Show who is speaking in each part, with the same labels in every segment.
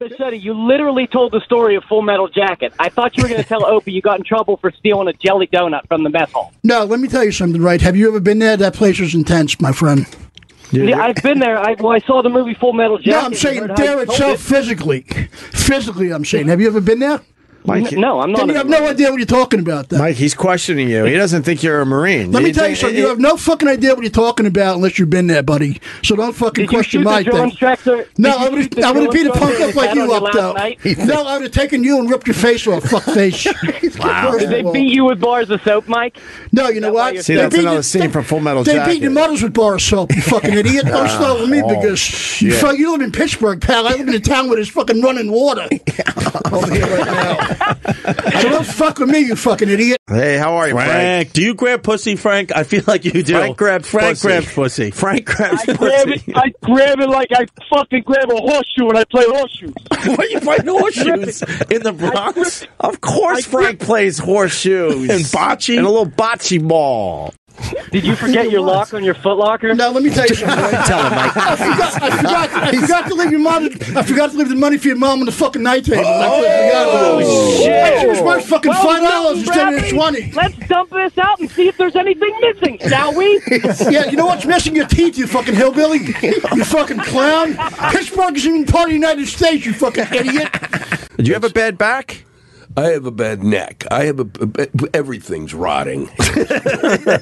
Speaker 1: Bassetti, you literally told the story of Full Metal Jacket. I thought you were going to tell Opie you got in trouble for stealing a jelly donut from the mess hall.
Speaker 2: No, let me tell you something, right? Have you ever been there? That place is intense, my friend.
Speaker 1: Yeah, I've been there. I, well, I saw the movie Full Metal Jacket.
Speaker 2: No, I'm saying there itself physically. Physically, I'm saying. Have you ever been there?
Speaker 1: Mike, N- no, I'm not
Speaker 2: Then you
Speaker 1: a
Speaker 2: have no
Speaker 1: Marine.
Speaker 2: idea what you're talking about. Then.
Speaker 3: Mike, he's questioning you. He doesn't think you're a Marine.
Speaker 2: Let me
Speaker 3: He
Speaker 2: tell you
Speaker 3: think-
Speaker 2: something. You have no fucking idea what you're talking about unless you've been there, buddy. So don't fucking
Speaker 1: Did you
Speaker 2: question
Speaker 1: shoot
Speaker 2: my
Speaker 1: the drill
Speaker 2: thing.
Speaker 1: instructor?
Speaker 2: No,
Speaker 1: Did you
Speaker 2: I would
Speaker 1: shoot the
Speaker 2: I would have
Speaker 1: drill
Speaker 2: beat a punk
Speaker 1: instructor
Speaker 2: up
Speaker 1: that
Speaker 2: like
Speaker 1: on
Speaker 2: you
Speaker 1: your
Speaker 2: up,
Speaker 1: last
Speaker 2: though.
Speaker 1: night?
Speaker 2: No, I would have taken you and ripped your face off, fuck face. wow.
Speaker 1: Did they beat you with bars of soap, Mike?
Speaker 2: No, you know what?
Speaker 3: See,
Speaker 2: They
Speaker 3: that's
Speaker 2: beat
Speaker 3: another
Speaker 2: the-
Speaker 3: scene from Full Metal
Speaker 2: They
Speaker 3: Jacket. Oh,
Speaker 2: beat your mothers with bar of soap, you fucking idiot. Don't start with me because you,
Speaker 3: shit.
Speaker 2: fuck, you live in Pittsburgh, pal. I live in a town where there's fucking running water. Over here right now. so don't fuck with me, you fucking idiot.
Speaker 3: Hey, how are you, Frank?
Speaker 4: Frank, do you grab pussy, Frank? I feel like you do.
Speaker 3: Frank grabs
Speaker 4: Frank
Speaker 3: pussy.
Speaker 4: grabs pussy.
Speaker 3: Frank grabs
Speaker 5: I grab it.
Speaker 3: pussy.
Speaker 5: I grab it like I fucking grab a horseshoe when I play horseshoes.
Speaker 4: Why are you fighting horseshoes in the Bronx?
Speaker 3: Of course, Frank plays horseshoes
Speaker 4: And bocce?
Speaker 3: and a little bocce ball.
Speaker 1: Did you forget your lock on your footlocker?
Speaker 2: Now let me tell you something. right?
Speaker 3: Tell him, Mike.
Speaker 2: I forgot, I forgot, I forgot to leave your mom. I forgot to leave the money for your mom on the fucking night table. I forgot
Speaker 3: Oh,
Speaker 2: about it. She was worth fucking
Speaker 1: Well,
Speaker 2: five
Speaker 1: Milton
Speaker 2: dollars instead of
Speaker 1: Bradley,
Speaker 2: twenty.
Speaker 1: Let's dump this out and see if there's anything missing, shall we?
Speaker 2: Yeah, you know what's missing? Your teeth, you fucking hillbilly. You fucking clown. Pittsburgh isn't even part of the United States, you fucking idiot.
Speaker 3: Do you have a bad back?
Speaker 6: I have a bad neck. I have a, a- everything's rotting.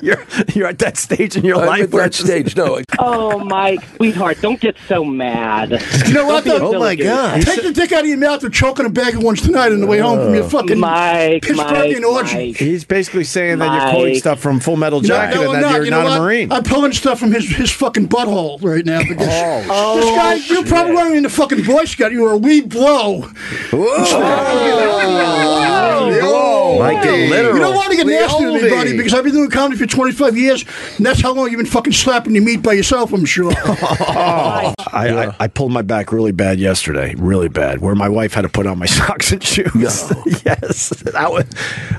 Speaker 3: You're you're at that stage in your
Speaker 6: I'm
Speaker 3: life
Speaker 6: at
Speaker 3: where
Speaker 6: that
Speaker 3: it's-
Speaker 6: stage. No,
Speaker 1: oh, Mike, sweetheart, don't get so mad.
Speaker 2: You know what, though?
Speaker 3: Oh my
Speaker 1: Dude.
Speaker 3: God!
Speaker 2: Take the dick out of your mouth and choke on a bag of ones tonight on the way home from
Speaker 3: Oh.
Speaker 2: your fucking
Speaker 1: Mike,
Speaker 2: Pittsburghian
Speaker 1: Mike,
Speaker 2: orgy.
Speaker 1: Mike.
Speaker 3: He's basically saying that you're quoting
Speaker 1: Mike.
Speaker 3: stuff from Full Metal
Speaker 2: No,
Speaker 3: Jacket
Speaker 2: no, I'm
Speaker 3: and that
Speaker 2: not.
Speaker 3: you're
Speaker 2: You know
Speaker 3: not
Speaker 2: what?
Speaker 3: a Marine.
Speaker 2: I'm pulling stuff from his, his fucking butthole right now. Because
Speaker 3: Oh,
Speaker 2: this guy, you probably weren't in the fucking Boy Scout. You were a wee blow.
Speaker 3: Whoa! Like
Speaker 2: You don't want to get nasty with me, buddy, because I've been doing comedy for 25 years, and that's how long you've been fucking slapping your meat by yourself, I'm sure.
Speaker 3: I, I, I pulled my back really bad yesterday, really bad, where my wife had to put on my socks and shoes. yes. That was,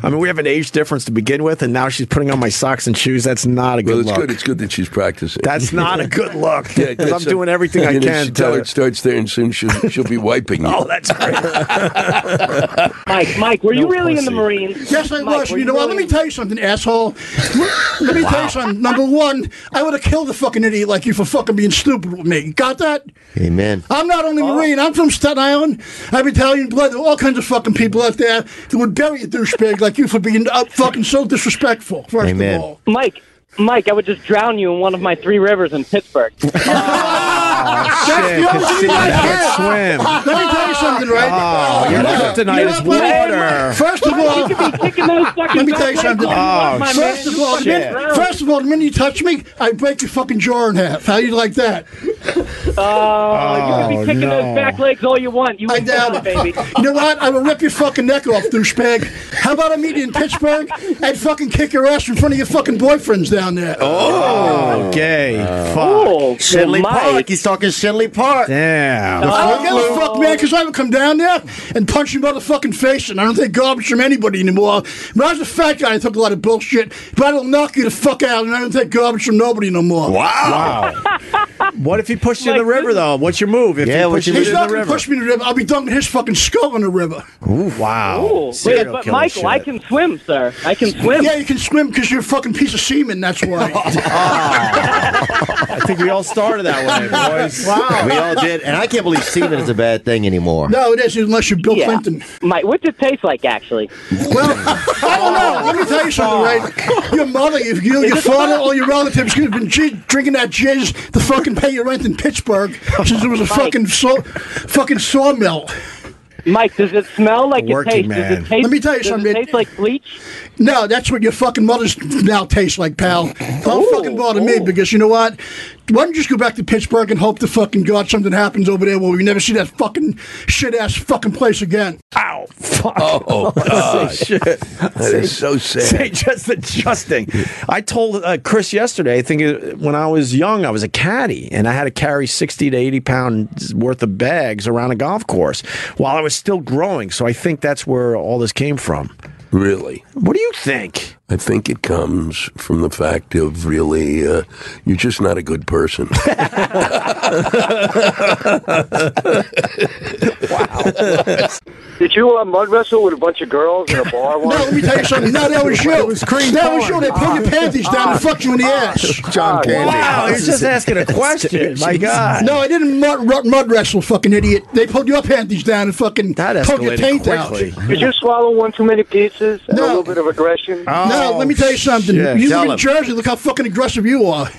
Speaker 3: I mean, we have an age difference to begin with, and now she's putting on my socks and shoes. That's not a good
Speaker 6: well, it's
Speaker 3: look.
Speaker 6: good. It's good that she's practicing.
Speaker 3: That's not a good look.
Speaker 6: Yeah,
Speaker 3: 'Cause I'm
Speaker 6: so-
Speaker 3: doing everything I
Speaker 6: you know,
Speaker 3: can
Speaker 6: she- Tell her it
Speaker 3: to.
Speaker 6: starts there, and soon she'll, she'll be wiping you.
Speaker 3: Oh, that's great.
Speaker 1: Mike, Mike, were you really in the
Speaker 3: pussy.
Speaker 1: Marines?
Speaker 2: Yes, I
Speaker 1: Mike,
Speaker 2: was.
Speaker 1: were
Speaker 2: You know what? Let
Speaker 1: really
Speaker 2: me tell you something, asshole. Let me tell you something. Number one, I would have killed a fucking idiot like you for fucking being stupid with me. Got that?
Speaker 7: Amen.
Speaker 2: I'm not only Marine. I'm from Staten Island. I have Italian blood. There are all kinds of fucking people out there that would bury a douchebag like you for being uh, fucking so disrespectful. First
Speaker 7: Amen.
Speaker 2: of all.
Speaker 1: Mike, Mike, I would just drown you in one of my three rivers in Pittsburgh.
Speaker 2: That's
Speaker 3: Ah, Shit,
Speaker 2: the
Speaker 3: could
Speaker 2: only
Speaker 3: see
Speaker 2: thing I
Speaker 3: that
Speaker 2: had.
Speaker 3: could swim.
Speaker 2: Let me tell you something, right?
Speaker 3: Oh, your
Speaker 2: Yeah.
Speaker 3: kryptonite
Speaker 2: You know
Speaker 3: is
Speaker 2: what, buddy?
Speaker 3: water.
Speaker 2: First of
Speaker 1: you
Speaker 2: all,
Speaker 1: could be kicking those fucking
Speaker 2: Let me tell you
Speaker 1: back legs
Speaker 2: something.
Speaker 1: if want,
Speaker 3: Oh,
Speaker 1: my man.
Speaker 2: First of
Speaker 1: You
Speaker 2: all, the
Speaker 1: fucking
Speaker 2: minute,
Speaker 1: drown.
Speaker 2: first of all, the minute you touch me, I break your fucking jaw in half. How you like that?
Speaker 1: Oh, you
Speaker 3: Oh,
Speaker 1: could be kicking
Speaker 3: no.
Speaker 1: those back legs all you want. You
Speaker 2: I
Speaker 1: would
Speaker 2: doubt
Speaker 1: die,
Speaker 2: it,
Speaker 1: baby.
Speaker 2: You know what? I will rip your fucking neck off, douchebag. How about I meet you in Pittsburgh and fucking kick your ass in front of your fucking boyfriends down there?
Speaker 3: Oh, gay.
Speaker 1: Oh,
Speaker 3: Fuck.
Speaker 7: Shenley
Speaker 1: Mike.
Speaker 7: Park. He's talking Shenley Park.
Speaker 3: Damn.
Speaker 2: I don't give a fuck, man, because I would come down there and punch your motherfucking face, and I don't take garbage from anybody anymore. When I was a fat guy, I took a lot of bullshit, but I don't knock you the fuck out, and I don't take garbage from nobody no more.
Speaker 3: Wow. what if he pushed you in the
Speaker 1: Like,
Speaker 3: river, though? What's your move? If
Speaker 7: Yeah,
Speaker 3: he
Speaker 7: what's
Speaker 3: pushed
Speaker 7: your
Speaker 3: you in
Speaker 2: He's
Speaker 3: the
Speaker 2: not going to
Speaker 3: river.
Speaker 2: push me in the river. I'll be dunking his fucking skull in the river. Oh,
Speaker 3: Wow.
Speaker 1: Ooh, wait,
Speaker 3: Serial
Speaker 1: but
Speaker 3: killer
Speaker 1: Michael, I
Speaker 3: shit.
Speaker 1: can swim, sir. I can swim.
Speaker 2: Yeah, you can swim because you're a fucking piece of semen, that's why.
Speaker 3: I think we all started that way, boys.
Speaker 7: Wow. We all did. And I can't believe semen is a bad thing anymore.
Speaker 2: no, it isn't unless you're Bill
Speaker 1: Yeah.
Speaker 2: Clinton.
Speaker 1: Mike, what's it taste like, actually?
Speaker 2: Well, I don't know. Let me tell you something, right? Your mother, your, your, your father, all your relatives could have been j- drinking that jizz to fucking pay your rent in Pittsburgh since it was a fucking saw, fucking sawmill.
Speaker 1: Mike, does it smell like it tastes?
Speaker 3: Working
Speaker 1: Does
Speaker 3: man.
Speaker 1: it taste,
Speaker 2: Let me tell you
Speaker 1: does
Speaker 2: something.
Speaker 1: It taste like bleach?
Speaker 2: No, that's what your fucking mothers now taste like, pal. Don't fucking bother me because you know what? Why don't you just go back to Pittsburgh and hope the fucking God something happens over there where we never see that fucking shit ass fucking place again?
Speaker 6: Oh, God. That is so sad.
Speaker 3: Say just the justing. I told uh, Chris yesterday. I think uh, when I was young, I was a caddy, and I had to carry sixty to eighty pounds worth of bags around a golf course while I was still growing. So I think that's where all this came from.
Speaker 6: Really.
Speaker 3: What do you think?
Speaker 6: I think it comes from the fact of really, uh, you're just not a good person.
Speaker 5: Did you uh, mud wrestle with a bunch of girls in a bar
Speaker 2: No,
Speaker 5: once?
Speaker 2: let me tell you something. No, that was you.
Speaker 8: It was cream
Speaker 2: That was
Speaker 8: corn. Ah.
Speaker 2: you. They pulled your panties down and fucked you in the ass.
Speaker 8: John Candy.
Speaker 3: Wow, he's just asking a question. My God.
Speaker 2: No, I didn't mud, ru- mud wrestle, fucking idiot. They pulled your panties down and fucking
Speaker 3: That
Speaker 2: pulled your
Speaker 3: escalated
Speaker 2: taint
Speaker 3: quickly.
Speaker 2: out.
Speaker 5: Did you swallow one too many pizzas and
Speaker 2: No. Oh.
Speaker 5: a little bit of aggression?
Speaker 2: no, let me tell you something.
Speaker 3: Oh, shit.
Speaker 2: you
Speaker 7: Tell
Speaker 2: live in
Speaker 7: him.
Speaker 2: Jersey. Look how fucking aggressive you are.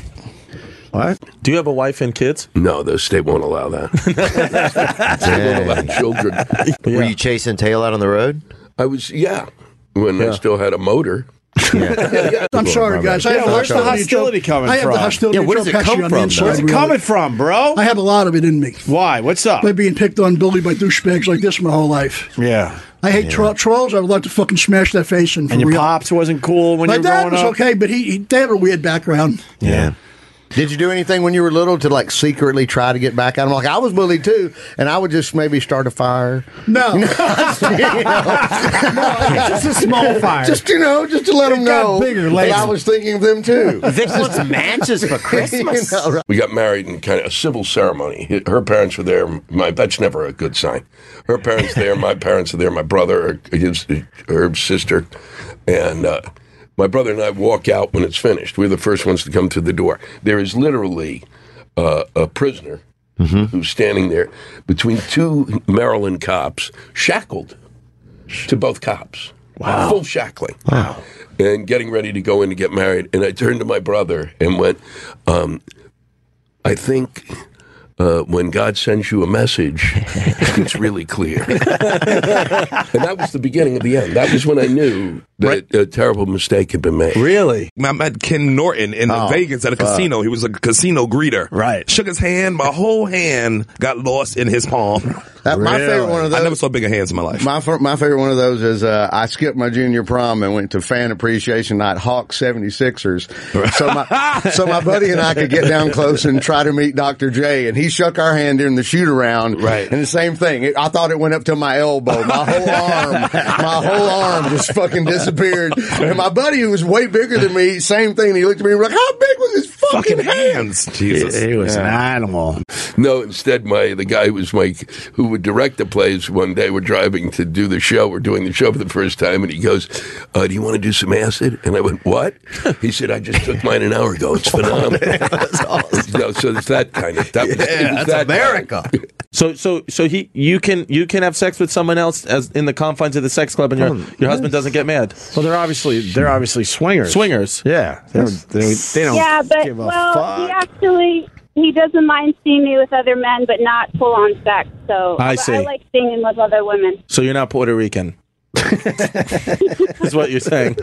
Speaker 3: What?
Speaker 4: Do you have a wife and kids?
Speaker 6: No, the state won't allow that. they won't allow children.
Speaker 7: Were you chasing tail out on the road?
Speaker 6: I was, yeah, when I still had a motor.
Speaker 2: I'm sorry, guys. I have
Speaker 3: where's the
Speaker 2: hostility,
Speaker 3: hostility
Speaker 2: Joe.
Speaker 3: coming
Speaker 2: I have
Speaker 3: from?
Speaker 2: the hostility.
Speaker 3: Yeah, where does
Speaker 2: Joe
Speaker 3: it come
Speaker 2: Pesci on the
Speaker 3: from,
Speaker 2: inside,
Speaker 3: Where's it
Speaker 2: really.
Speaker 3: coming from, bro?
Speaker 2: I have a lot of it in me.
Speaker 3: Why? What's up?
Speaker 2: By being picked on, bullied by douchebags like this my whole life.
Speaker 3: Yeah.
Speaker 2: I hate tro- trolls. I would love to fucking smash their face in. For
Speaker 3: And your
Speaker 2: real.
Speaker 3: pops wasn't cool when
Speaker 2: My
Speaker 3: you were growing
Speaker 2: dad was
Speaker 3: up.
Speaker 2: okay, but he, he they had a weird background.
Speaker 3: Yeah.
Speaker 8: Did you do anything when you were little to like secretly try to get back at him? Like I was bullied too, and I would just maybe start a fire.
Speaker 2: No,
Speaker 8: just
Speaker 9: It's a small fire.
Speaker 8: Just you know, just to let them
Speaker 9: got
Speaker 8: know
Speaker 9: bigger
Speaker 8: that
Speaker 9: later.
Speaker 8: I was thinking of them too.
Speaker 7: Vic wants matches for Christmas.
Speaker 8: You know, right.
Speaker 6: We got married in kind of a civil ceremony. Her parents were there. My that's never a good sign. Her parents there. My parents are there. My brother, uh, his, her sister, and uh, my brother and I walk out when it's finished. We're the first ones to come through the door. There is literally uh, a prisoner who's standing there between two Maryland cops, shackled to both cops. Wow. Full shackling. Wow. And getting ready to go in to get married. And I turned to my brother and went, um, I think uh, when God sends you a message, it's really clear. and that was the beginning of the end. That was when I knew that a terrible mistake had been made.
Speaker 4: Really?
Speaker 10: I met Ken Norton in
Speaker 8: Oh,
Speaker 10: Vegas at a casino. He was a casino greeter.
Speaker 3: Right.
Speaker 10: Shook his hand. My whole hand got lost in his palm.
Speaker 8: That- My favorite one of those.
Speaker 10: I never saw bigger hands in my life.
Speaker 8: My, fir- my favorite one of those is uh, I skipped my junior prom and went to fan appreciation night, Hawk 76ers. So my, so my buddy and I could get down close and try to meet Dr. J. And he shook our hand during the shoot around.
Speaker 10: Right.
Speaker 8: And the same thing. It, I thought it went up to my elbow. My whole arm, my whole arm just fucking disappeared. And my buddy, who was way bigger than me, same thing. He looked at me and was like, How big was his fucking,
Speaker 10: fucking
Speaker 8: hand?
Speaker 10: hands. Jesus.
Speaker 3: He was an animal.
Speaker 6: No, instead, my the guy who was my who would direct the plays. One day, we're driving to do the show. We're doing the show for the first time, and he goes, uh, "Do you want to do some acid?" And I went, "What?" He said, "I just took mine an hour ago. It's phenomenal." no, so it's that kind of that. was- it was that kind of-
Speaker 4: So so so he you can you can have sex with someone else as in the confines of the sex club and your your husband doesn't get mad.
Speaker 3: Well, they're obviously they're obviously swingers.
Speaker 4: Swingers.
Speaker 3: Yeah, they're, they they don't
Speaker 11: Yeah, but
Speaker 3: give a
Speaker 11: well, he
Speaker 3: fuck.
Speaker 11: actually he doesn't mind seeing me with other men, but not full on sex. So
Speaker 4: I
Speaker 11: but
Speaker 4: see.
Speaker 11: I like seeing him with other women.
Speaker 4: So you're not Puerto Rican. is what you're saying.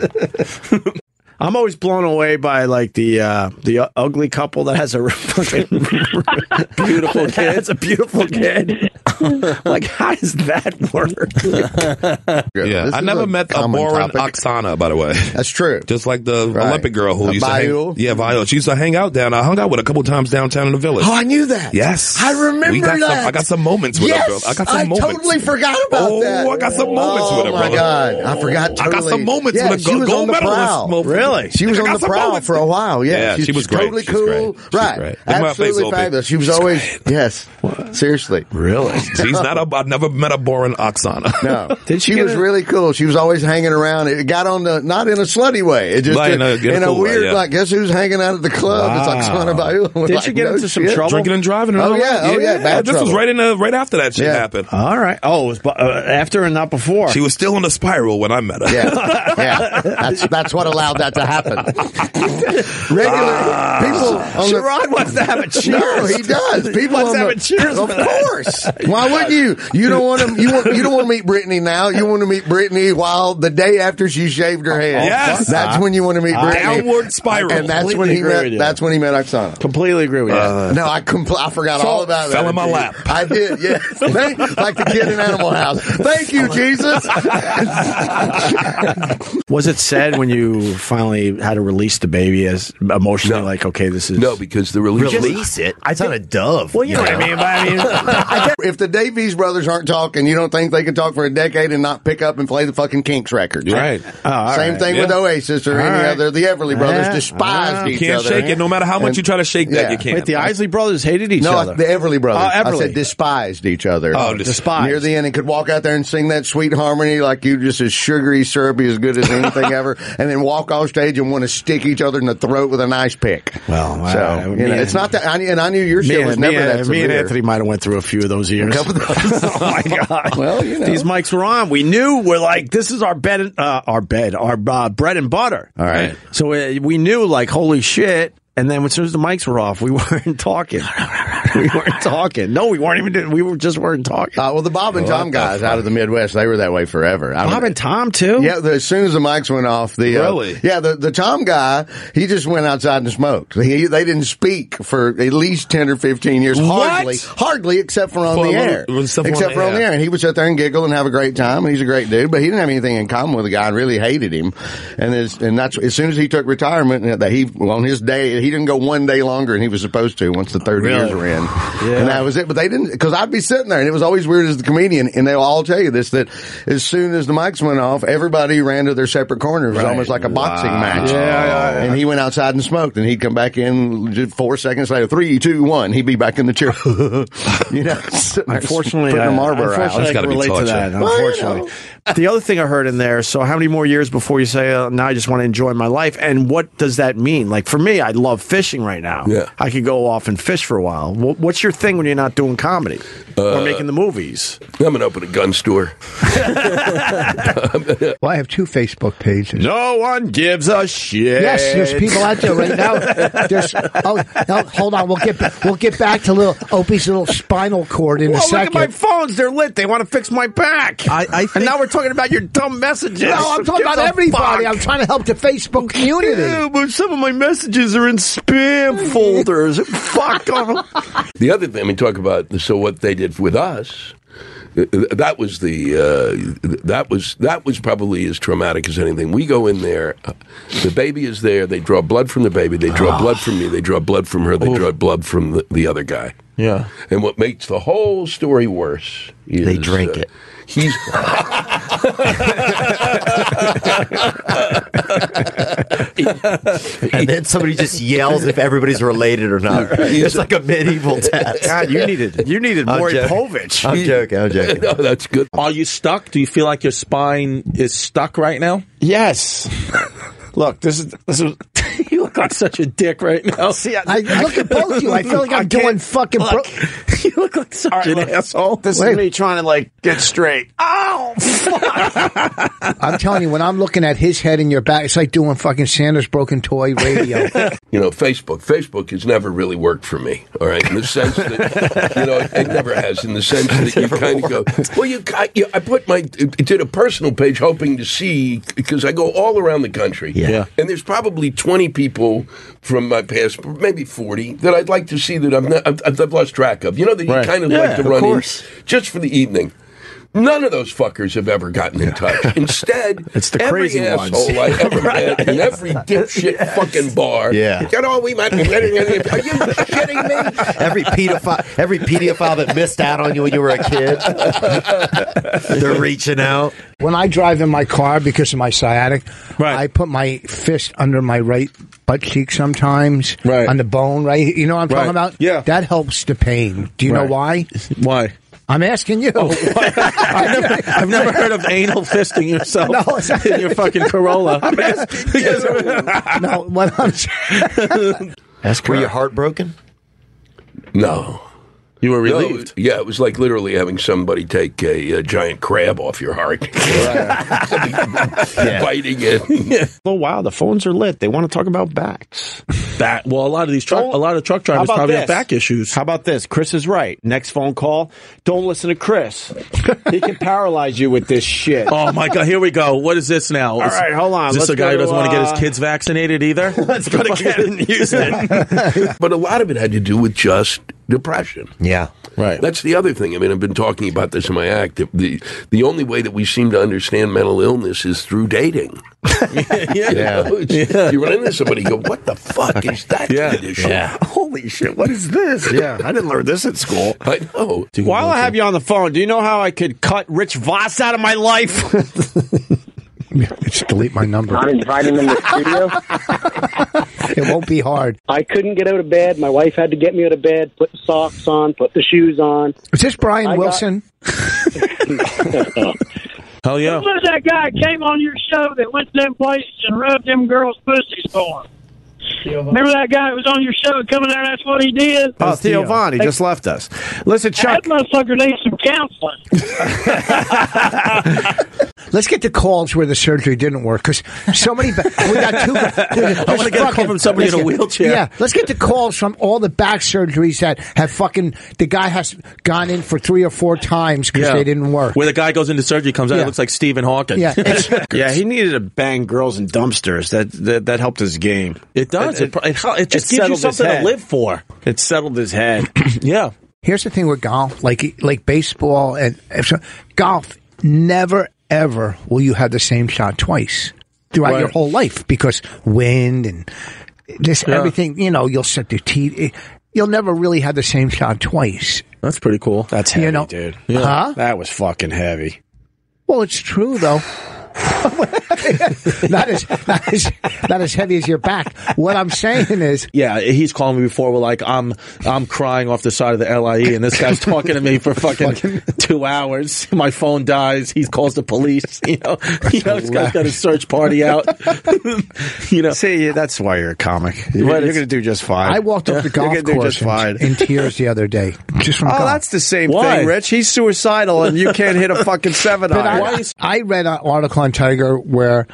Speaker 3: I'm always blown away by like the uh, the u- ugly couple that has a fucking
Speaker 4: Beautiful kid.
Speaker 3: that's a beautiful kid. like, how does that work?
Speaker 10: Yeah.
Speaker 8: This
Speaker 10: I
Speaker 8: is
Speaker 10: never
Speaker 8: a
Speaker 10: met a
Speaker 8: common
Speaker 10: boring
Speaker 8: topic.
Speaker 10: Oksana, by the way.
Speaker 8: That's true.
Speaker 10: Just like the
Speaker 8: Right.
Speaker 10: Olympic girl who
Speaker 8: Uh,
Speaker 10: used to
Speaker 8: Viola?
Speaker 10: hang, yeah, Viola. She used to hang out down. I hung out with her a couple times downtown in the village.
Speaker 8: Oh, I knew that.
Speaker 10: Yes,
Speaker 8: I remember
Speaker 10: We got
Speaker 8: that.
Speaker 10: Some, I got some moments with her, bro. I got some
Speaker 8: I
Speaker 10: moments.
Speaker 8: totally forgot about
Speaker 10: Oh,
Speaker 8: that.
Speaker 10: I got some moments
Speaker 8: oh
Speaker 10: with her,
Speaker 8: my
Speaker 10: brother.
Speaker 8: god, I forgot.
Speaker 10: I
Speaker 8: Totally.
Speaker 10: got some moments
Speaker 8: yeah,
Speaker 10: with a
Speaker 8: she
Speaker 10: go-
Speaker 8: was
Speaker 10: gold
Speaker 8: on the prowl.
Speaker 10: medalist.
Speaker 3: Really?
Speaker 8: She was
Speaker 10: I
Speaker 8: on
Speaker 10: got
Speaker 8: the
Speaker 10: some
Speaker 8: prowl
Speaker 10: moments.
Speaker 8: for a while. Yeah,
Speaker 10: Yeah,
Speaker 8: she's
Speaker 10: she was great.
Speaker 8: Totally
Speaker 10: She's
Speaker 8: cool.
Speaker 10: great. She's
Speaker 8: Right.
Speaker 10: great. Look at my face,
Speaker 8: Absolutely
Speaker 10: Opie.
Speaker 8: fabulous. She was
Speaker 10: She's
Speaker 8: always yes. Seriously.
Speaker 3: Really?
Speaker 10: She's not a. I never met a boring Oksana.
Speaker 8: No,
Speaker 3: Did she
Speaker 8: she
Speaker 3: get
Speaker 8: was
Speaker 3: a-
Speaker 8: really cool. She was always hanging around. It got on the not in a slutty way. It just
Speaker 10: Right,
Speaker 8: in
Speaker 10: in
Speaker 8: a,
Speaker 10: a- in a cool way,
Speaker 8: weird
Speaker 10: yeah.
Speaker 8: like guess who's hanging out at the club? It's like
Speaker 3: Wow.
Speaker 8: Santa Viola.
Speaker 3: Did
Speaker 8: Like,
Speaker 3: you get
Speaker 8: no
Speaker 3: into some
Speaker 8: shit.
Speaker 3: trouble?
Speaker 10: Drinking and driving. And
Speaker 8: Oh,
Speaker 10: all
Speaker 8: yeah.
Speaker 10: that.
Speaker 8: Oh, yeah. Bad
Speaker 10: This was
Speaker 8: trouble.
Speaker 10: right in the right after that shit
Speaker 8: Yeah.
Speaker 10: happened.
Speaker 3: All right. Oh, it was bu- uh, after and not before.
Speaker 10: She was still in the spiral when I met her.
Speaker 8: Yeah, yeah. That's that's what allowed that to happen. Ah. Regular people. On the,
Speaker 3: Sherrod wants to have a cheers.
Speaker 8: no, he does. People
Speaker 3: wants
Speaker 8: on
Speaker 3: to have
Speaker 8: the-
Speaker 3: a cheers.
Speaker 8: Of
Speaker 3: with us.
Speaker 8: course. Why would you? You don't want to. You want. You don't want to meet Brittany now. You want to meet Brittany while the day after she shaved her head.
Speaker 10: Yes.
Speaker 8: that's when you want to meet Brittany.
Speaker 10: Downward spiral.
Speaker 8: And that's when
Speaker 3: Completely
Speaker 8: he
Speaker 3: agree with
Speaker 8: met.
Speaker 3: you.
Speaker 8: That's when he met Oksana. Uh,
Speaker 3: Completely agree with you.
Speaker 8: No, I compl- I forgot all about that.
Speaker 10: fell in my lap.
Speaker 8: I did, yes. Thank, like the kid in Animal House. Thank you, Jesus.
Speaker 3: was it said when you finally had to release the baby as emotionally like, okay, this is
Speaker 6: no, because the release.
Speaker 7: Release it. it's not a dove.
Speaker 3: Well, you know what I mean. But I mean,
Speaker 8: if the Davies brothers aren't talking, you don't think they could talk for a decade and not pick up and play the fucking Kinks record,
Speaker 10: Right.
Speaker 3: Oh, all
Speaker 8: Same
Speaker 3: right.
Speaker 8: thing with
Speaker 10: Yeah.
Speaker 8: Oasis or
Speaker 3: All
Speaker 8: any
Speaker 3: right.
Speaker 8: other. The Everly brothers
Speaker 3: Yeah. Uh,
Speaker 8: despised
Speaker 10: You
Speaker 8: each
Speaker 10: can't
Speaker 8: other.
Speaker 10: shake it, no matter how much
Speaker 8: And-
Speaker 10: you try to shake
Speaker 8: Yeah.
Speaker 10: that. You can't.
Speaker 3: Wait, the Isley brothers hated each
Speaker 8: No,
Speaker 3: other.
Speaker 8: the Everly brothers.
Speaker 3: Oh, Everly.
Speaker 8: I said despised each other.
Speaker 10: Oh, des-
Speaker 3: Despised.
Speaker 8: Near the end, and could walk out there and sing that sweet harmony like you just as sugary, syrupy, as good as anything ever, and then walk off stage and want to stick each other in the throat with an ice pick.
Speaker 3: Well, I-
Speaker 8: so
Speaker 3: I-
Speaker 8: you
Speaker 3: me
Speaker 8: know,
Speaker 3: and-
Speaker 8: it's not that. I, and I knew your
Speaker 3: me
Speaker 8: shit
Speaker 3: and,
Speaker 8: was never
Speaker 3: me and-
Speaker 8: that
Speaker 3: me
Speaker 8: severe.
Speaker 3: and Anthony might have went through a few of those years.
Speaker 8: couple of
Speaker 3: oh my god!
Speaker 8: Well, you know.
Speaker 3: these mics were on. We knew we're like this is our bed, uh, our bed, our uh, bread and butter. All
Speaker 8: right.
Speaker 3: So uh, we knew like holy shit. And then as soon as the mics were off, we weren't talking. we weren't talking. No, we weren't even. Doing, we were just weren't talking.
Speaker 8: Uh, well, the Bob and Tom guys out of the Midwest, they were that way forever. I
Speaker 3: Bob
Speaker 8: mean,
Speaker 3: and Tom too.
Speaker 8: Yeah, the, as soon as the mics went off, the uh,
Speaker 10: Really?
Speaker 8: yeah, the, the Tom guy, he just went outside and smoked. He, they didn't speak for at least ten or fifteen years,
Speaker 10: What?
Speaker 8: hardly, hardly, except for on
Speaker 10: For a
Speaker 8: the
Speaker 10: little-
Speaker 8: air,
Speaker 10: when stuff
Speaker 8: except
Speaker 10: on the
Speaker 8: for on the
Speaker 10: air.
Speaker 8: air. And he would sit there and giggle and have a great time. And he's a great dude, but he didn't have anything in common with the guy. and Really hated him, and his, and that's as soon as he took retirement, and that he on his day he didn't go one day longer than he was supposed to once the thirty years were in, and that was it. But they didn't because I'd be sitting there, and it was always weird as the comedian, and they'll all tell you this that as soon as the mics went off, everybody ran to their separate corners. It was almost like a boxing match. And he went outside and smoked, and he'd come back in just four seconds later, three, two, one. He'd be back in the chair. you know, sitting there
Speaker 3: Unfortunately,
Speaker 8: putting uh,
Speaker 3: I-
Speaker 8: a Marlboro out.
Speaker 3: unfortunately, I
Speaker 10: That's
Speaker 3: can
Speaker 10: gotta be
Speaker 3: relate to
Speaker 10: torture.
Speaker 3: that.
Speaker 8: Well, you
Speaker 3: Unfortunately, the other thing I heard in there. So, how many more years before you say, uh, "Now I just want to enjoy my life"? And what does that mean? Like for me, I love fishing right now.
Speaker 6: Yeah.
Speaker 3: I could go off and fish for a while. Wh- What's your thing when you're not doing comedy or making the movies?
Speaker 6: I'm gonna open a gun store.
Speaker 9: Well, I have two Facebook pages.
Speaker 3: No one gives a shit.
Speaker 9: Yes, there's people out there right now. There's oh, no, hold on. We'll get we'll get back to little Opie's little spinal cord in a
Speaker 3: Well, Oh, look at
Speaker 9: second.
Speaker 3: my phones. They're lit. They want to fix my back.
Speaker 4: I- I think-
Speaker 3: and now we're talking about your dumb messages.
Speaker 9: no, I'm talking
Speaker 3: Give
Speaker 9: about
Speaker 3: a
Speaker 9: everybody.
Speaker 3: fuck.
Speaker 9: I'm trying to help the Facebook
Speaker 3: Yeah,
Speaker 9: community.
Speaker 3: but some of my messages are in spam folders. Fuck off.
Speaker 6: The other thing, I mean, talk about so what they did with us. uh, That was the uh, that was that was probably as traumatic as anything. We go in there, uh, the baby is there. They draw blood from the baby. They draw
Speaker 7: Ah.
Speaker 6: blood from me. They draw blood from her. They draw blood from the, the other guy.
Speaker 4: Yeah.
Speaker 6: And what makes the whole story worse is uh,
Speaker 7: They drink it.
Speaker 6: He's
Speaker 7: And then somebody just yells if everybody's related or not. It's like a medieval test.
Speaker 3: God, you needed you needed
Speaker 7: I'm
Speaker 3: more
Speaker 7: joking.
Speaker 3: Povich.
Speaker 7: I'm joking. I'm joking.
Speaker 6: no, that's good.
Speaker 4: Are you stuck? Do you feel like your spine is stuck right now?
Speaker 3: Yes. Look, this is this is.
Speaker 4: You look like such a dick right now.
Speaker 3: See, I,
Speaker 9: I, I look at both you. I feel like
Speaker 3: I
Speaker 9: I'm
Speaker 3: can't-
Speaker 9: doing fucking. Bro-
Speaker 4: you look like such
Speaker 3: right,
Speaker 4: an
Speaker 3: look.
Speaker 4: asshole.
Speaker 3: this is me trying to like get straight. Oh,
Speaker 9: I'm telling you, when I'm looking at his head and your back, it's like doing fucking Sanders broken toy radio.
Speaker 6: you know, Facebook. Facebook has never really worked for me. All right, in the sense that you know, it, it never has. In the sense that you kind of go, well, you, I, you, I put my it did a personal page hoping to see because I go all around the country.
Speaker 7: Yeah.
Speaker 6: and there's probably 20 people from my past, maybe 40 that I'd like to see that I've not, I've, I've lost track of. You know, that you kind of like to run
Speaker 7: course.
Speaker 6: in just for the evening. None of those fuckers have ever gotten in touch. Instead,
Speaker 3: It's the
Speaker 6: every
Speaker 3: crazy ones.
Speaker 6: asshole I ever met in every dipshit fucking bar.
Speaker 7: Yeah.
Speaker 6: You know, we might be letting it- Are you kidding me?
Speaker 7: Every pedophile, every pedophile that missed out on you when you were a kid, they're reaching out.
Speaker 9: when I drive in my car because of my sciatic,
Speaker 4: Right.
Speaker 9: I put my fist under my right butt cheek sometimes,
Speaker 4: Right.
Speaker 9: on the bone, right? You know what I'm
Speaker 4: Right.
Speaker 9: talking about?
Speaker 4: Yeah.
Speaker 9: That helps the pain. Do you
Speaker 4: Right.
Speaker 9: know why?
Speaker 4: Why?
Speaker 9: I'm asking you.
Speaker 4: I've never, I've never heard of anal fisting yourself
Speaker 9: No, it's not-
Speaker 4: in your fucking Corolla.
Speaker 9: no, what I'm saying.
Speaker 7: Ask were you heartbroken?
Speaker 6: No.
Speaker 4: you were
Speaker 6: No,
Speaker 4: relieved.
Speaker 6: yeah, it was like literally having somebody take a, uh giant crab off your heart, biting it.
Speaker 3: oh wow, the phones are lit. They want to talk about backs.
Speaker 4: Back. Well, a lot of these truck,
Speaker 9: Oh,
Speaker 3: Don't-
Speaker 4: a lot of truck
Speaker 3: How
Speaker 4: drivers
Speaker 3: about
Speaker 4: probably
Speaker 3: this?
Speaker 4: have back issues.
Speaker 3: How about this? Chris is right. Next phone call. Don't listen to Chris. he can paralyze you with this shit.
Speaker 4: Oh my God! Here we go. What is this now? All
Speaker 3: right, hold on.
Speaker 4: Is this
Speaker 3: Let's
Speaker 4: a
Speaker 3: go
Speaker 4: guy who doesn't
Speaker 3: to,
Speaker 4: want to get
Speaker 3: uh,
Speaker 4: his kids vaccinated either?
Speaker 3: Let's go to Ken and use it.
Speaker 6: But a lot of it had to do with just depression.
Speaker 12: Yeah.
Speaker 6: Right. That's the other thing. I mean, I've been talking about this in my act. that The the only way that we seem to understand mental illness is through dating. You, know, it's- you run into somebody, you go, "What the fuck is that
Speaker 3: Yeah.
Speaker 6: condition?
Speaker 3: Yeah.
Speaker 6: Holy shit! What is this?
Speaker 3: Yeah, I didn't learn this at school.
Speaker 6: I know.
Speaker 3: While I have you on the phone, do you know how I could cut Rich Voss out of my life?
Speaker 8: Just delete my number.
Speaker 4: Not inviting them to the studio.
Speaker 8: it won't be hard.
Speaker 4: I couldn't get out of bed. My wife had to get me out of bed, put the socks on, put the shoes on.
Speaker 8: Is this Brian
Speaker 4: I got-
Speaker 8: Wilson?
Speaker 13: Hell yeah.
Speaker 1: Who was that guy that came on your show that went to them places and rubbed them girls' pussies for 'em? Remember that guy who was on your show coming there? That's what he did.
Speaker 3: Oh, Theo Vaughn, he just left us. Listen, Chuck.
Speaker 1: That motherfucker needs some counseling.
Speaker 8: Let's get the calls where the surgery didn't work because so many. ba- we got two.
Speaker 13: I wanna
Speaker 8: there's
Speaker 13: get a call
Speaker 8: fucking-
Speaker 13: from somebody in a
Speaker 8: let's get-
Speaker 13: wheelchair.
Speaker 8: Yeah, let's get the calls from all the back surgeries that have fucking the guy has gone in for three or four times because they didn't work.
Speaker 13: Where the guy goes into surgery, comes out,
Speaker 8: Yeah.
Speaker 13: it looks like Stephen Hawking.
Speaker 8: Yeah, it's-
Speaker 3: Yeah, he needed to bang girls in dumpsters. That that, that helped his game.
Speaker 13: It does. It, it, it just gives you
Speaker 3: settled his
Speaker 13: something to
Speaker 3: head.
Speaker 13: live for.
Speaker 3: It settled his head.
Speaker 13: yeah.
Speaker 8: Here's the thing with golf, like like baseball and if so- golf. Never ever will you have the same shot twice throughout
Speaker 13: Right.
Speaker 8: your whole life because wind and just
Speaker 13: Yeah.
Speaker 8: everything. You know, you'll set the tee. it- You'll never really have the same shot twice.
Speaker 13: That's pretty cool.
Speaker 3: That's heavy,
Speaker 8: You know-
Speaker 3: dude.
Speaker 8: Yeah. Huh?
Speaker 3: That was fucking heavy.
Speaker 8: Well, it's true though. not as not as not as heavy as your back. What I'm saying is,
Speaker 13: Yeah, he's calling me before. We're like, I'm I'm crying off the side of the LIE, and this guy's talking to me for fucking two hours. My phone dies. He calls the police. You know, you know this guy's got a search party out. you know,
Speaker 3: see, that's why you're a comic. You're,
Speaker 8: Right,
Speaker 3: you're
Speaker 8: it's-
Speaker 3: gonna do just fine.
Speaker 8: I walked
Speaker 3: Yeah.
Speaker 8: up the golf
Speaker 3: you're gonna do
Speaker 8: course
Speaker 3: just fine.
Speaker 8: in, in tears the other day, just from
Speaker 3: Oh,
Speaker 8: golf.
Speaker 3: that's the same
Speaker 8: Why?
Speaker 3: thing, Rich. He's suicidal, and you can't hit a fucking seven
Speaker 8: But
Speaker 3: iron.
Speaker 8: I, I read an article on Tiger where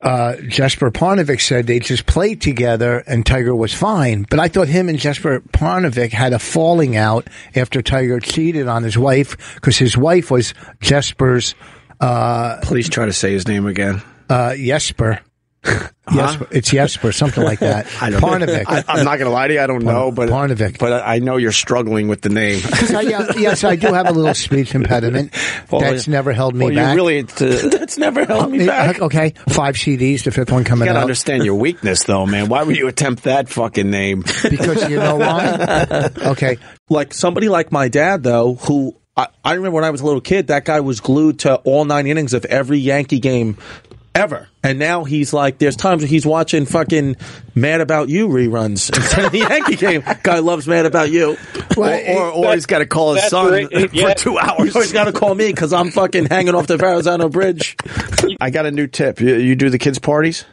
Speaker 8: uh, Jesper Parnovic said they just played together and Tiger was fine. But I thought him and Jesper Parnovic had a falling out after Tiger cheated on his wife because his wife was Jesper's. Uh,
Speaker 3: Please try to say his name again.
Speaker 8: Uh, Jesper. Jesper. It's Jesper, something like that.
Speaker 3: I don't
Speaker 8: Parnovic.
Speaker 3: I, I'm not gonna lie to you. I don't know, but
Speaker 8: Parnovic.
Speaker 3: But I I know you're struggling with the name.
Speaker 8: So, yeah, yes, I do have a little speech impediment.
Speaker 3: Well,
Speaker 8: That's
Speaker 3: yeah.
Speaker 8: never held me
Speaker 3: Well, you
Speaker 8: back.
Speaker 3: really- That's never held me back. Oh,
Speaker 8: Okay, five CDs, the fifth one
Speaker 3: You
Speaker 8: coming
Speaker 3: gotta
Speaker 8: out.
Speaker 3: understand your weakness, though, man. Why would you attempt that fucking name?
Speaker 8: Because you know why? Okay.
Speaker 13: Like somebody like my dad, though, who I, I remember when I was a little kid, that guy was glued to all nine innings of every Yankee game ever. And now he's like, there's times where he's watching fucking Mad About You reruns instead of the Yankee game. Guy loves Mad About You.
Speaker 3: Or- or- or he's gotta call his That's son right, for yeah. two hours.
Speaker 13: Or he's got to call me because I'm fucking hanging off the Verrazano Bridge.
Speaker 3: I got a new tip. You, you do the kids' parties?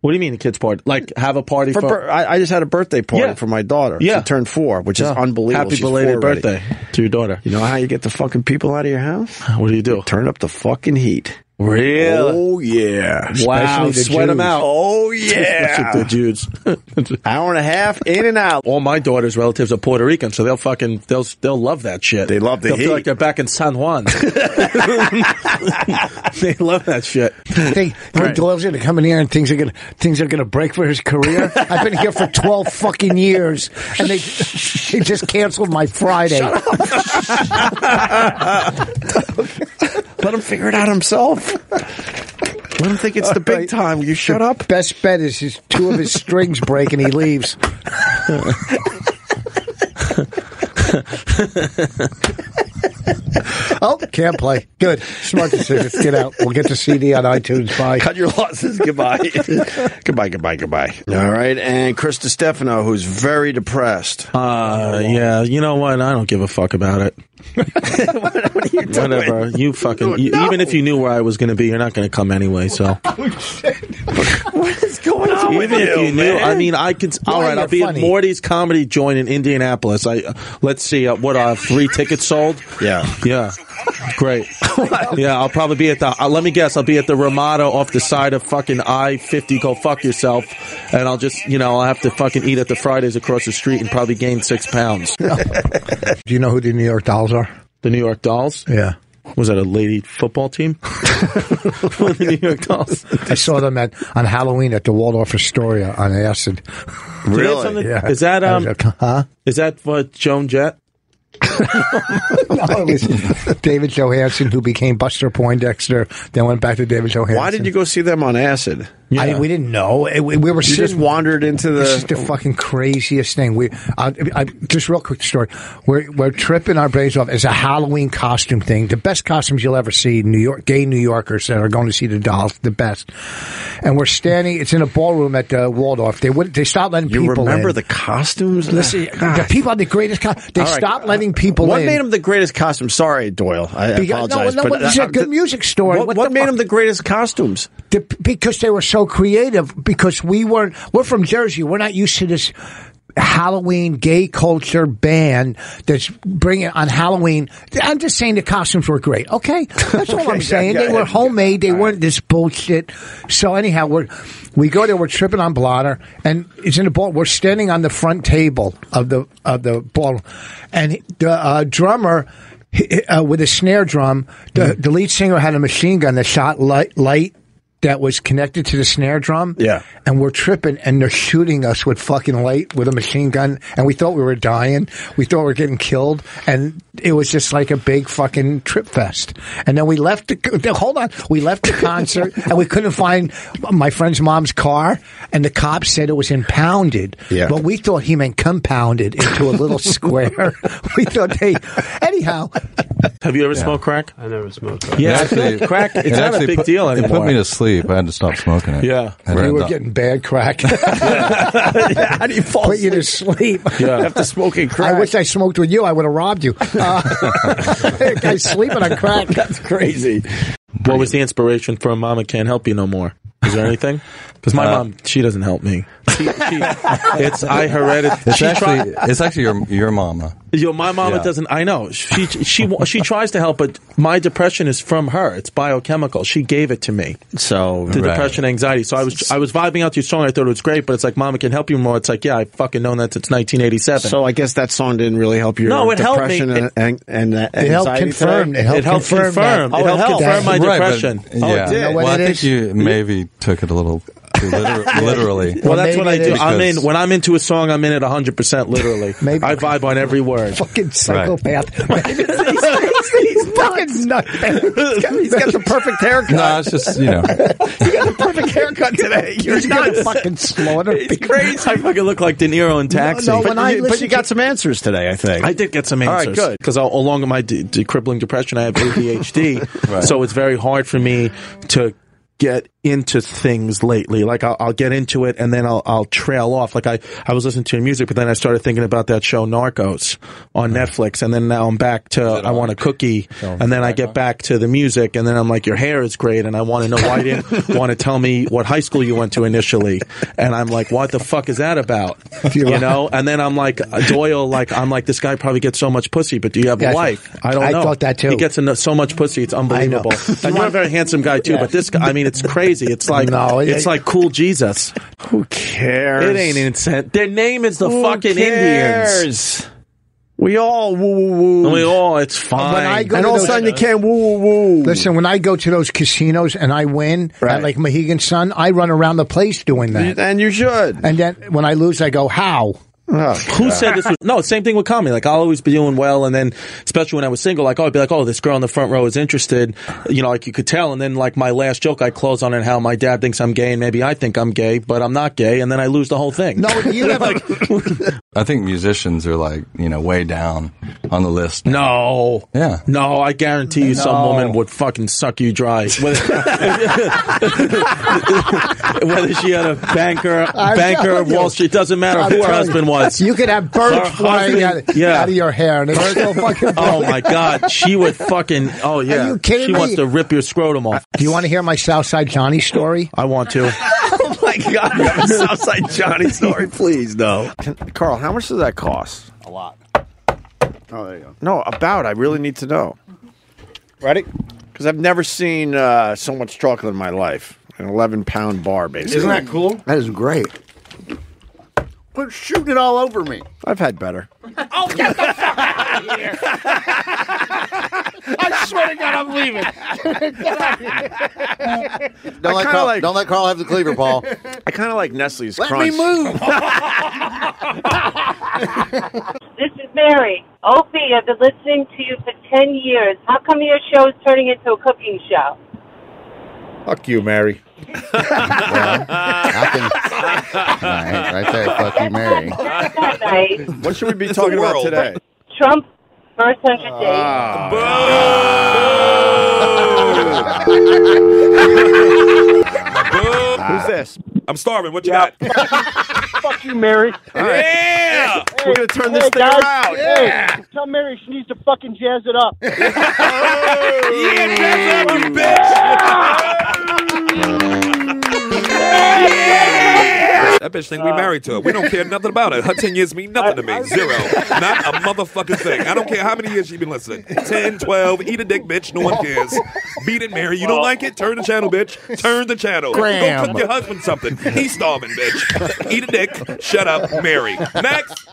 Speaker 13: What do you mean the kids' party? Like have a party
Speaker 3: For
Speaker 13: for-
Speaker 3: bir- I, I just had a birthday party
Speaker 13: Yeah.
Speaker 3: for my daughter.
Speaker 13: Yeah.
Speaker 3: She turned four, which
Speaker 13: Yeah.
Speaker 3: is unbelievable.
Speaker 13: Happy
Speaker 3: She's
Speaker 13: belated
Speaker 3: four already.
Speaker 13: birthday to your daughter.
Speaker 3: You know how you get the fucking people out of your house?
Speaker 13: What do you do?
Speaker 3: turn up the fucking heat.
Speaker 13: Really?
Speaker 3: Oh, yeah.
Speaker 13: Wow,
Speaker 3: Especially the
Speaker 13: sweat 'em
Speaker 3: Jews.
Speaker 13: out.
Speaker 3: Oh, yeah.
Speaker 13: Especially the Jews.
Speaker 3: Hour and a half in and out.
Speaker 13: All my daughter's relatives are Puerto Rican, so they'll fucking they'll they'll love that shit. They
Speaker 3: love the
Speaker 13: they'll
Speaker 3: heat.
Speaker 13: feel like they're back in San Juan. they love that shit.
Speaker 8: Think when gloves are gonna come in here and things are gonna things are gonna break for his career. I've been here for twelve fucking years, and they they just canceled my Friday.
Speaker 3: Let him figure it out himself. Let him think it's the big time. You shut up.
Speaker 8: Best bet is his two of his strings break and he leaves. oh, can't play. Good, smart decision. Get out. We'll get the CD on iTunes. Bye.
Speaker 3: Cut your losses. Goodbye. goodbye, goodbye, goodbye. All right. And Chris Stefano, who's very depressed.
Speaker 13: Uh, yeah, you know what? I don't give a fuck about it. Whatever. You fucking. You, Even if you knew where I was going to be, you're not going to come anyway. So
Speaker 3: what is going on with
Speaker 13: even if you knew, I mean, I could.
Speaker 3: Why
Speaker 13: all right,
Speaker 3: you're
Speaker 13: I'll be
Speaker 3: funny?
Speaker 13: at Morty's Comedy Joint in Indianapolis. I uh, let's see, uh, what uh, three tickets sold?
Speaker 3: Yeah,
Speaker 13: yeah, great. yeah, I'll probably be at the. Uh, let me guess, I'll be at the Ramada off the side of fucking I fifty. Go fuck yourself, and I'll just you know I'll have to fucking eat at the Fridays across the street and probably gain six pounds.
Speaker 8: Do you know who the New York Dolls are?
Speaker 13: The New York Dolls.
Speaker 8: Yeah.
Speaker 4: was that a lady football team? for the New York Dolls.
Speaker 13: I saw them at on Halloween at the Waldorf Astoria on acid.
Speaker 4: Do they have something-
Speaker 13: Yeah.
Speaker 4: Is that
Speaker 13: I
Speaker 4: um?
Speaker 13: was like, huh?
Speaker 4: Is that for Joan Jett?
Speaker 13: no, it was David Johansen, who became Buster Poindexter, then went back to David Johansen.
Speaker 3: Why did you go see them on acid?
Speaker 13: I, we didn't know. It- we, we were
Speaker 3: You just
Speaker 13: sitting-
Speaker 3: wandered into the-
Speaker 13: This is the fucking craziest thing. We I, I, just real quick story. We're we're tripping our brains off. It's a Halloween costume thing. The best costumes you'll ever see. New York gay New Yorkers that are going to see the dolls. The best. And we're standing. It's in a ballroom at the Waldorf. They would they stopped letting
Speaker 3: You
Speaker 13: people.
Speaker 3: remember
Speaker 13: in.
Speaker 3: the costumes?
Speaker 13: Listen, the people had the greatest. Co- they
Speaker 3: All right.
Speaker 13: stopped letting people
Speaker 3: What
Speaker 13: in.
Speaker 3: made him the greatest costume? Sorry, Doyle. I
Speaker 13: Because-
Speaker 3: apologize.
Speaker 13: No, no,
Speaker 3: but
Speaker 13: it's
Speaker 3: I-
Speaker 13: a good music story.
Speaker 3: What, what made him the greatest costumes?
Speaker 13: The, because they were so creative. Because we weren't. We're from Jersey. We're not used to this Halloween gay culture band that's bringing on Halloween. I'm just saying the costumes were great. Okay, that's all
Speaker 9: Okay,
Speaker 13: I'm saying.
Speaker 9: yeah,
Speaker 13: they
Speaker 9: yeah,
Speaker 13: were
Speaker 9: yeah.
Speaker 13: homemade. They weren't this bullshit. So anyhow, we're we go there. We're tripping on blotter, and it's in the ball. We're standing on the front table of the of the ball, and the uh, drummer. he- he, Uh, with a snare drum, the, the lead singer had a machine gun that shot light, light that was connected to the snare drum.
Speaker 3: Yeah.
Speaker 13: And we're tripping and they're shooting us with fucking light with a machine gun. And we thought we were dying. We thought we were getting killed. And it was just like a big fucking trip fest. And then we left the, hold on. We left the concert and we couldn't find my friend's mom's car. And the cops said it was impounded.
Speaker 7: Yeah.
Speaker 13: But we thought he meant compounded into a little square. we thought they, anyhow,
Speaker 4: Have you ever smoked crack?
Speaker 14: I never smoked
Speaker 4: crack. Yeah, I feel like crack. It's not a big deal anymore.
Speaker 15: It put me to sleep. I had to stop smoking it.
Speaker 4: Yeah.
Speaker 15: And
Speaker 13: we
Speaker 15: then
Speaker 13: were
Speaker 15: the-
Speaker 13: getting bad crack.
Speaker 3: How do you
Speaker 10: Oh.
Speaker 3: fall
Speaker 13: Put you to sleep.
Speaker 4: Yeah.
Speaker 3: After smoking crack.
Speaker 13: I wish I smoked with you. I would have robbed you. Uh, I sleep on crack. That's
Speaker 3: crazy.
Speaker 4: What was the inspiration for Mama Can't Help You No More? Is there anything? Because my
Speaker 15: Uh,
Speaker 4: mom, she doesn't help me. She, she, it's I heredit.
Speaker 15: It's
Speaker 4: she
Speaker 15: actually
Speaker 4: tried-
Speaker 15: it's actually your your mama.
Speaker 4: Yo, my mama
Speaker 15: Yeah.
Speaker 4: doesn't. I know she she she tries to help, but my depression is from her. It's biochemical. She gave it to me.
Speaker 3: So
Speaker 4: The depression, anxiety. So I was I was vibing out to your song. I thought it was great, but it's like, Mama can help you more. It's like, yeah, I fucking known that since 1987.
Speaker 3: So I guess that song didn't really help your
Speaker 4: No, it helped me.
Speaker 3: depression
Speaker 4: It-
Speaker 3: and, and, and that
Speaker 4: It helped
Speaker 3: anxiety
Speaker 4: confirm.
Speaker 3: today?
Speaker 4: It helped It helped confirm confirm. that. Oh, It helped confirm my
Speaker 15: Right, but-
Speaker 4: depression.
Speaker 15: Yeah.
Speaker 4: Oh, it did. You know what
Speaker 15: Well, I
Speaker 4: it
Speaker 15: think
Speaker 4: is?
Speaker 15: you maybe took it a little too liter- literally.
Speaker 4: Well, that's what I do. I'm
Speaker 15: Because-
Speaker 4: in when I'm into a song. I'm in it 100 percent literally.
Speaker 13: Maybe.
Speaker 4: I vibe on every word.
Speaker 13: Fucking psychopath.
Speaker 3: he's
Speaker 13: fucking nuts. He's
Speaker 3: got, he's got the perfect haircut.
Speaker 15: No, it's just you know.
Speaker 3: you got the perfect haircut today. You're
Speaker 13: He's
Speaker 3: nuts.
Speaker 13: gonna fucking slaughter. people.
Speaker 4: I fucking look like De Niro in Taxi.
Speaker 3: No, no, when I listen to-
Speaker 4: some
Speaker 3: answers today. I think
Speaker 4: I did get some
Speaker 3: All right,
Speaker 4: answers.
Speaker 3: good.
Speaker 4: Because along with my de- de- crippling depression, I have ADHD,
Speaker 3: Right.
Speaker 4: so it's very hard for me to get into things lately. Like I'll, I'll get into it and then I'll, I'll trail off. Like I, I was listening to your music, but then I started thinking about that show Narcos on Netflix. And then now I'm back to, I want a cookie. And then I get back to the music and then I'm like, your hair is great. And I want to know why you didn't want to tell me what high school you went to initially. And I'm like, what the fuck is that about? You know? And then I'm like, Doyle, like, I'm like, this guy probably gets so much pussy, but do you have a
Speaker 13: Gotcha.
Speaker 4: wife? I don't
Speaker 13: I
Speaker 4: know.
Speaker 13: thought that too.
Speaker 4: He gets eno- so much pussy. It's unbelievable. And you're a very handsome guy too,
Speaker 13: Yeah.
Speaker 4: but this guy, I mean, it's crazy. It's like,
Speaker 13: No,
Speaker 4: it's
Speaker 13: I-
Speaker 4: like cool Jesus.
Speaker 3: Who cares?
Speaker 4: It ain't incent. Their name is the
Speaker 3: Who
Speaker 4: fucking
Speaker 3: cares?
Speaker 4: Indians.
Speaker 3: We all woo woo woo.
Speaker 4: We all, Oh, it's fine.
Speaker 13: When I go
Speaker 3: and
Speaker 13: to
Speaker 3: all of a
Speaker 13: those-
Speaker 3: sudden you can't woo woo woo.
Speaker 13: Listen, when I go to those casinos and I win at like Mohegan Sun, I run around the place doing that.
Speaker 3: And you should.
Speaker 13: And then when I lose, I go, how?
Speaker 4: Who said this was no? Same thing with comedy. Like I'll always be doing well, and then especially when I was single, like oh, I'd be like, oh, this girl in the front row is interested. You know, like you could tell. And then like my last joke, I close on it how my dad thinks I'm gay, and maybe I think I'm gay, but I'm not gay, and then I lose the whole thing. No,
Speaker 13: you have
Speaker 15: I think musicians are like you know way down on the list.
Speaker 4: No.
Speaker 15: Yeah.
Speaker 4: No, I guarantee you, some
Speaker 15: No.
Speaker 4: woman would fucking suck you dry. Whether, whether she had a banker,
Speaker 13: I'm
Speaker 4: banker,
Speaker 13: telling you.
Speaker 4: Wall Street, doesn't matter
Speaker 13: I'm
Speaker 4: who her
Speaker 13: telling
Speaker 4: husband
Speaker 13: you.
Speaker 4: was.
Speaker 13: You could have birds
Speaker 4: Her
Speaker 13: flying
Speaker 4: husband-
Speaker 13: out,
Speaker 4: yeah.
Speaker 13: out of your hair, and it's still fucking.
Speaker 4: Oh my God, she would fucking. Oh yeah,
Speaker 13: you kidding
Speaker 4: she
Speaker 13: me?
Speaker 4: wants to rip your scrotum off.
Speaker 13: Do you want to hear my Southside Johnny story?
Speaker 4: I want to.
Speaker 3: oh my god, you have a Southside Johnny story, please no. Carl, how much does that cost?
Speaker 16: A lot. Oh, there you go.
Speaker 3: No, about. I really need to know. Ready? Because I've never seen uh, so much chocolate in my life. An 11 pound bar, basically.
Speaker 16: Isn't that cool?
Speaker 3: That is great.
Speaker 16: Quit shooting it all over me.
Speaker 3: I've had better.
Speaker 16: Oh, get the fuck out of here! I
Speaker 13: swear to God, I'm leaving. Get out of here.
Speaker 8: Don't let,
Speaker 3: kinda
Speaker 8: Carl,
Speaker 3: like-
Speaker 8: don't let Carl have the cleaver, Paul.
Speaker 3: I kind of like Nestle's
Speaker 8: Let
Speaker 3: crunch.
Speaker 8: me move.
Speaker 4: This is Mary. Opie, I've been listening to you for 10 years. How come your show is turning into a cooking show?
Speaker 8: Fuck you, Mary.
Speaker 17: right, right there, fuck you, Mary.
Speaker 4: That night,
Speaker 3: What should we be talking about today?
Speaker 4: Trump, first 100 days.
Speaker 3: Who's this?
Speaker 10: I'm starving. What you got?
Speaker 1: Fuck you, Mary.
Speaker 10: Yeah.
Speaker 3: We're gonna turn this thing
Speaker 1: guys.
Speaker 3: around.
Speaker 1: Hey,
Speaker 3: Yeah.
Speaker 1: Tell Mary she needs to fucking jazz it up.
Speaker 10: yeah, jazz up, you bitch. That bitch think we married to her. We don't care nothing about it. Her 10 years mean nothing to me. Zero. Not a motherfucking thing. I don't care how many years she been listening. 10, 12, eat a dick, bitch. No one cares. Beat it, Mary. You don't like it? Turn the channel, bitch. Turn the channel.
Speaker 13: Graham.
Speaker 10: Go cook your husband something. He's starving, bitch. Eat a dick. Shut up, Mary. Next.